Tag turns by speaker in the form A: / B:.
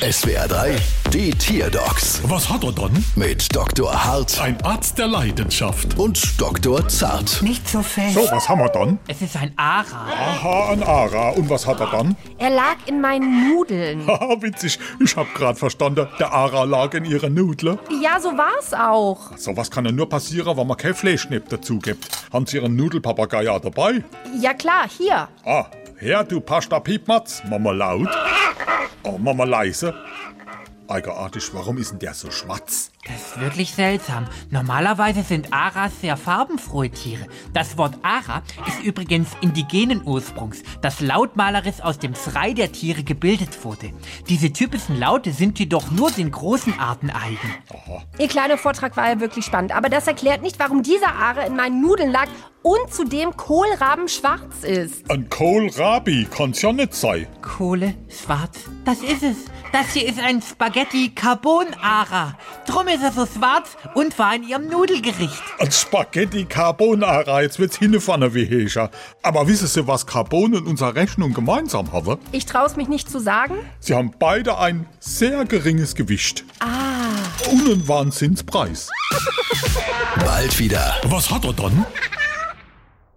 A: SWR 3, die Tierdocs
B: Was hat er dann?
A: mit Dr. Hart
B: Ein Arzt der Leidenschaft.
A: und Dr. Zart.
C: Nicht so fest.
B: So, was haben wir dann?
D: Es ist ein Ara.
B: Aha, ein Ara. Und was hat er dann?
E: Er lag in meinen Nudeln.
B: Haha, witzig. Ich hab grad verstanden, der Ara lag in ihrer Nudle.
E: Ja, so war's auch.
B: So was kann ja nur passieren, wenn man kein Fleischknepp dazu gibt. Haben Sie Ihren Nudelpapagei auch dabei?
E: Ja klar, hier.
B: Ah, her, du Pasta-Piepmatz. Mama laut. Oh, Mama leise. Eigenartig, warum ist denn der so schwarz?
D: Das ist wirklich seltsam. Normalerweise sind Aras sehr farbenfrohe Tiere. Das Wort Ara ist übrigens indigenen Ursprungs, das lautmalerisch aus dem Schrei der Tiere gebildet wurde. Diese typischen Laute sind jedoch nur den großen Arten eigen.
E: Ihr kleiner Vortrag war ja wirklich spannend, aber das erklärt nicht, warum dieser Aare in meinen Nudeln lag und zudem Kohlraben schwarz ist.
B: Ein Kohlrabi, kann's ja nicht sein.
D: Kohle, schwarz, das ist es. Das hier ist ein Spaghetti Carbonara. Drum ist er so schwarz und war in ihrem Nudelgericht.
B: Ein Spaghetti Carbonara, jetzt wird's hingefahren wie Hescher. Aber wissen Sie, was Carbon und unsere Rechnung gemeinsam haben?
E: Ich trau's mich nicht zu sagen.
B: Sie haben beide ein sehr geringes Gewicht. Ah. Und einen Wahnsinnspreis.
A: Bald wieder.
B: Was hat er dann?